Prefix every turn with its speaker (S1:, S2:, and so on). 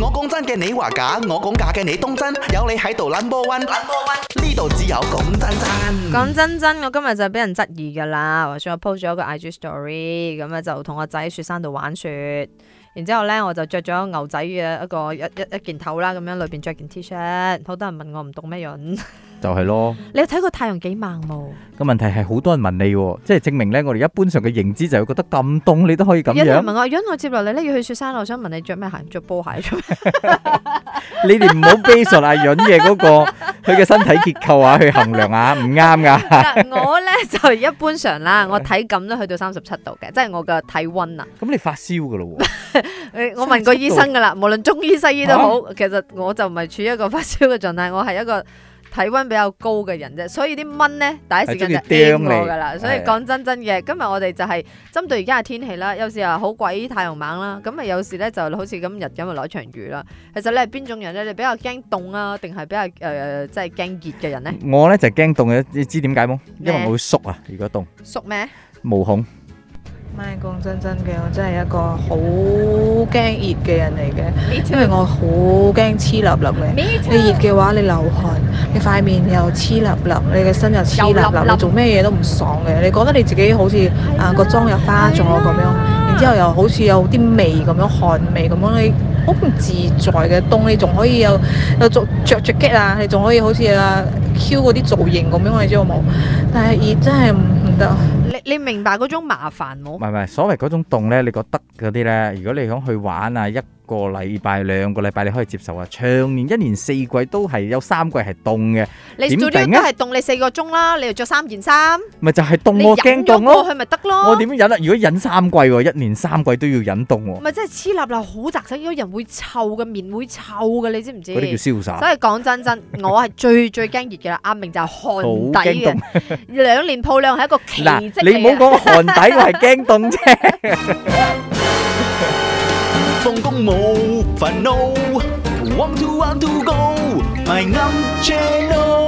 S1: 我講真嘅你話假，我講假嘅你當真，有你喺度 number one，number one 呢度只有講真真。
S2: 講真真，我今日就俾人質疑噶啦，話說我 post 咗個 IG story，咁咧就同個仔喺雪山度玩雪，然之後咧我就着咗牛仔嘅一個一一一件頭啦，咁樣裏邊着件 T-shirt，好多人問我唔懂咩樣， 你
S3: 就係咯。
S2: 有睇過太陽幾猛冇？
S3: 個問題係好多人問你喎，即係證明咧，我哋一般上嘅認知就係覺得咁凍你都可以咁
S2: 有啲人
S3: 樣，
S2: 問我，因我接落嚟咧要去雪山，我想問你着咩鞋？着波鞋 着咩？
S3: 你哋唔好 base on 阿潤嘅嗰個 佢嘅身體結構啊去衡量啊，唔啱噶。
S2: 嗱我咧就一般常啦，我體感都去到三十七度嘅，即係我嘅體温啊。
S3: 咁你發燒噶咯喎，
S2: 誒我問過醫生噶啦，無論中醫西醫都好，
S3: 哦
S2: 其實我就唔係處於一個發燒嘅狀態，我係一個體温比較高嘅人啫，所以啲蚊咧第一時間就
S3: 係
S2: 叮
S3: 中意叮你
S2: 我噶啦。所以
S3: 係
S2: 講真真嘅，今日我哋就係針對而家嘅天氣啦，有時啊好鬼太陽猛啦，咁啊有時咧就好似今日咁啊落一場雨啦。其實你係邊種人咧？你比較驚凍啊，定係比較誒、呃即係驚熱嘅人咧？
S3: 我咧就驚凍嘅，你知點解冇？因為
S2: 咩
S3: 我會縮啊，如果凍
S2: 屬咩？
S3: 毛孔。
S4: 咪講真真嘅，我真係一個好驚熱嘅人嚟嘅，因為我好驚黐立立嘅。你熱嘅話，你流汗，你塊面又黐立立，你嘅身又黐立
S2: 又立
S4: 立，
S2: 立
S4: 你做咩嘢都唔爽嘅。你覺得你自己好似啊個妝又花咗咁樣，
S2: 啊
S4: 然之後又好似有啲味咁樣，汗味咁樣，你好唔自在嘅。凍你仲可以有有着着著 g 啊，你仲可以好似啊 Q 嗰啲造型咁樣，你知道冇？但係熱真係唔唔得。
S2: 你你明白嗰種麻煩冇
S3: 唔？係唔係，所謂嗰種凍咧，你覺得嗰啲咧，如果你想去玩啊，一個禮拜、兩個禮拜你可以接受啊。長年一年四季都係有三季係凍嘅，
S2: 你
S3: 點
S2: 做啲
S3: 頂
S2: 都
S3: 啊
S2: 係凍你四個鐘啦，你又着三件衫，
S3: 咪就係
S2: 你
S3: 凍我驚
S2: 忍咗
S3: 凍
S2: 過
S3: 咯。
S2: 去咪得咯。
S3: 我點樣忍啊？如果忍三季喎，一年三季都要忍凍喎，
S2: 咪真係黐立立好扎實，因為人會臭嘅，面會臭嘅，你知唔知？
S3: 嗰啲
S2: 所
S3: 叫瀟灑。
S2: 以講真真，我係最最驚熱嘅啦。阿明就係
S3: 好
S2: 汗
S3: 驚
S2: 底嘅
S3: 凍，
S2: 兩年抱兩係一個奇
S3: 嗱，
S2: 蹟
S3: 你
S2: 嚟
S3: 唔
S2: 嘅。
S3: 好講寒底，我係驚凍啫。
S1: 放工冇煩惱，one two one two go，咪啱 channel。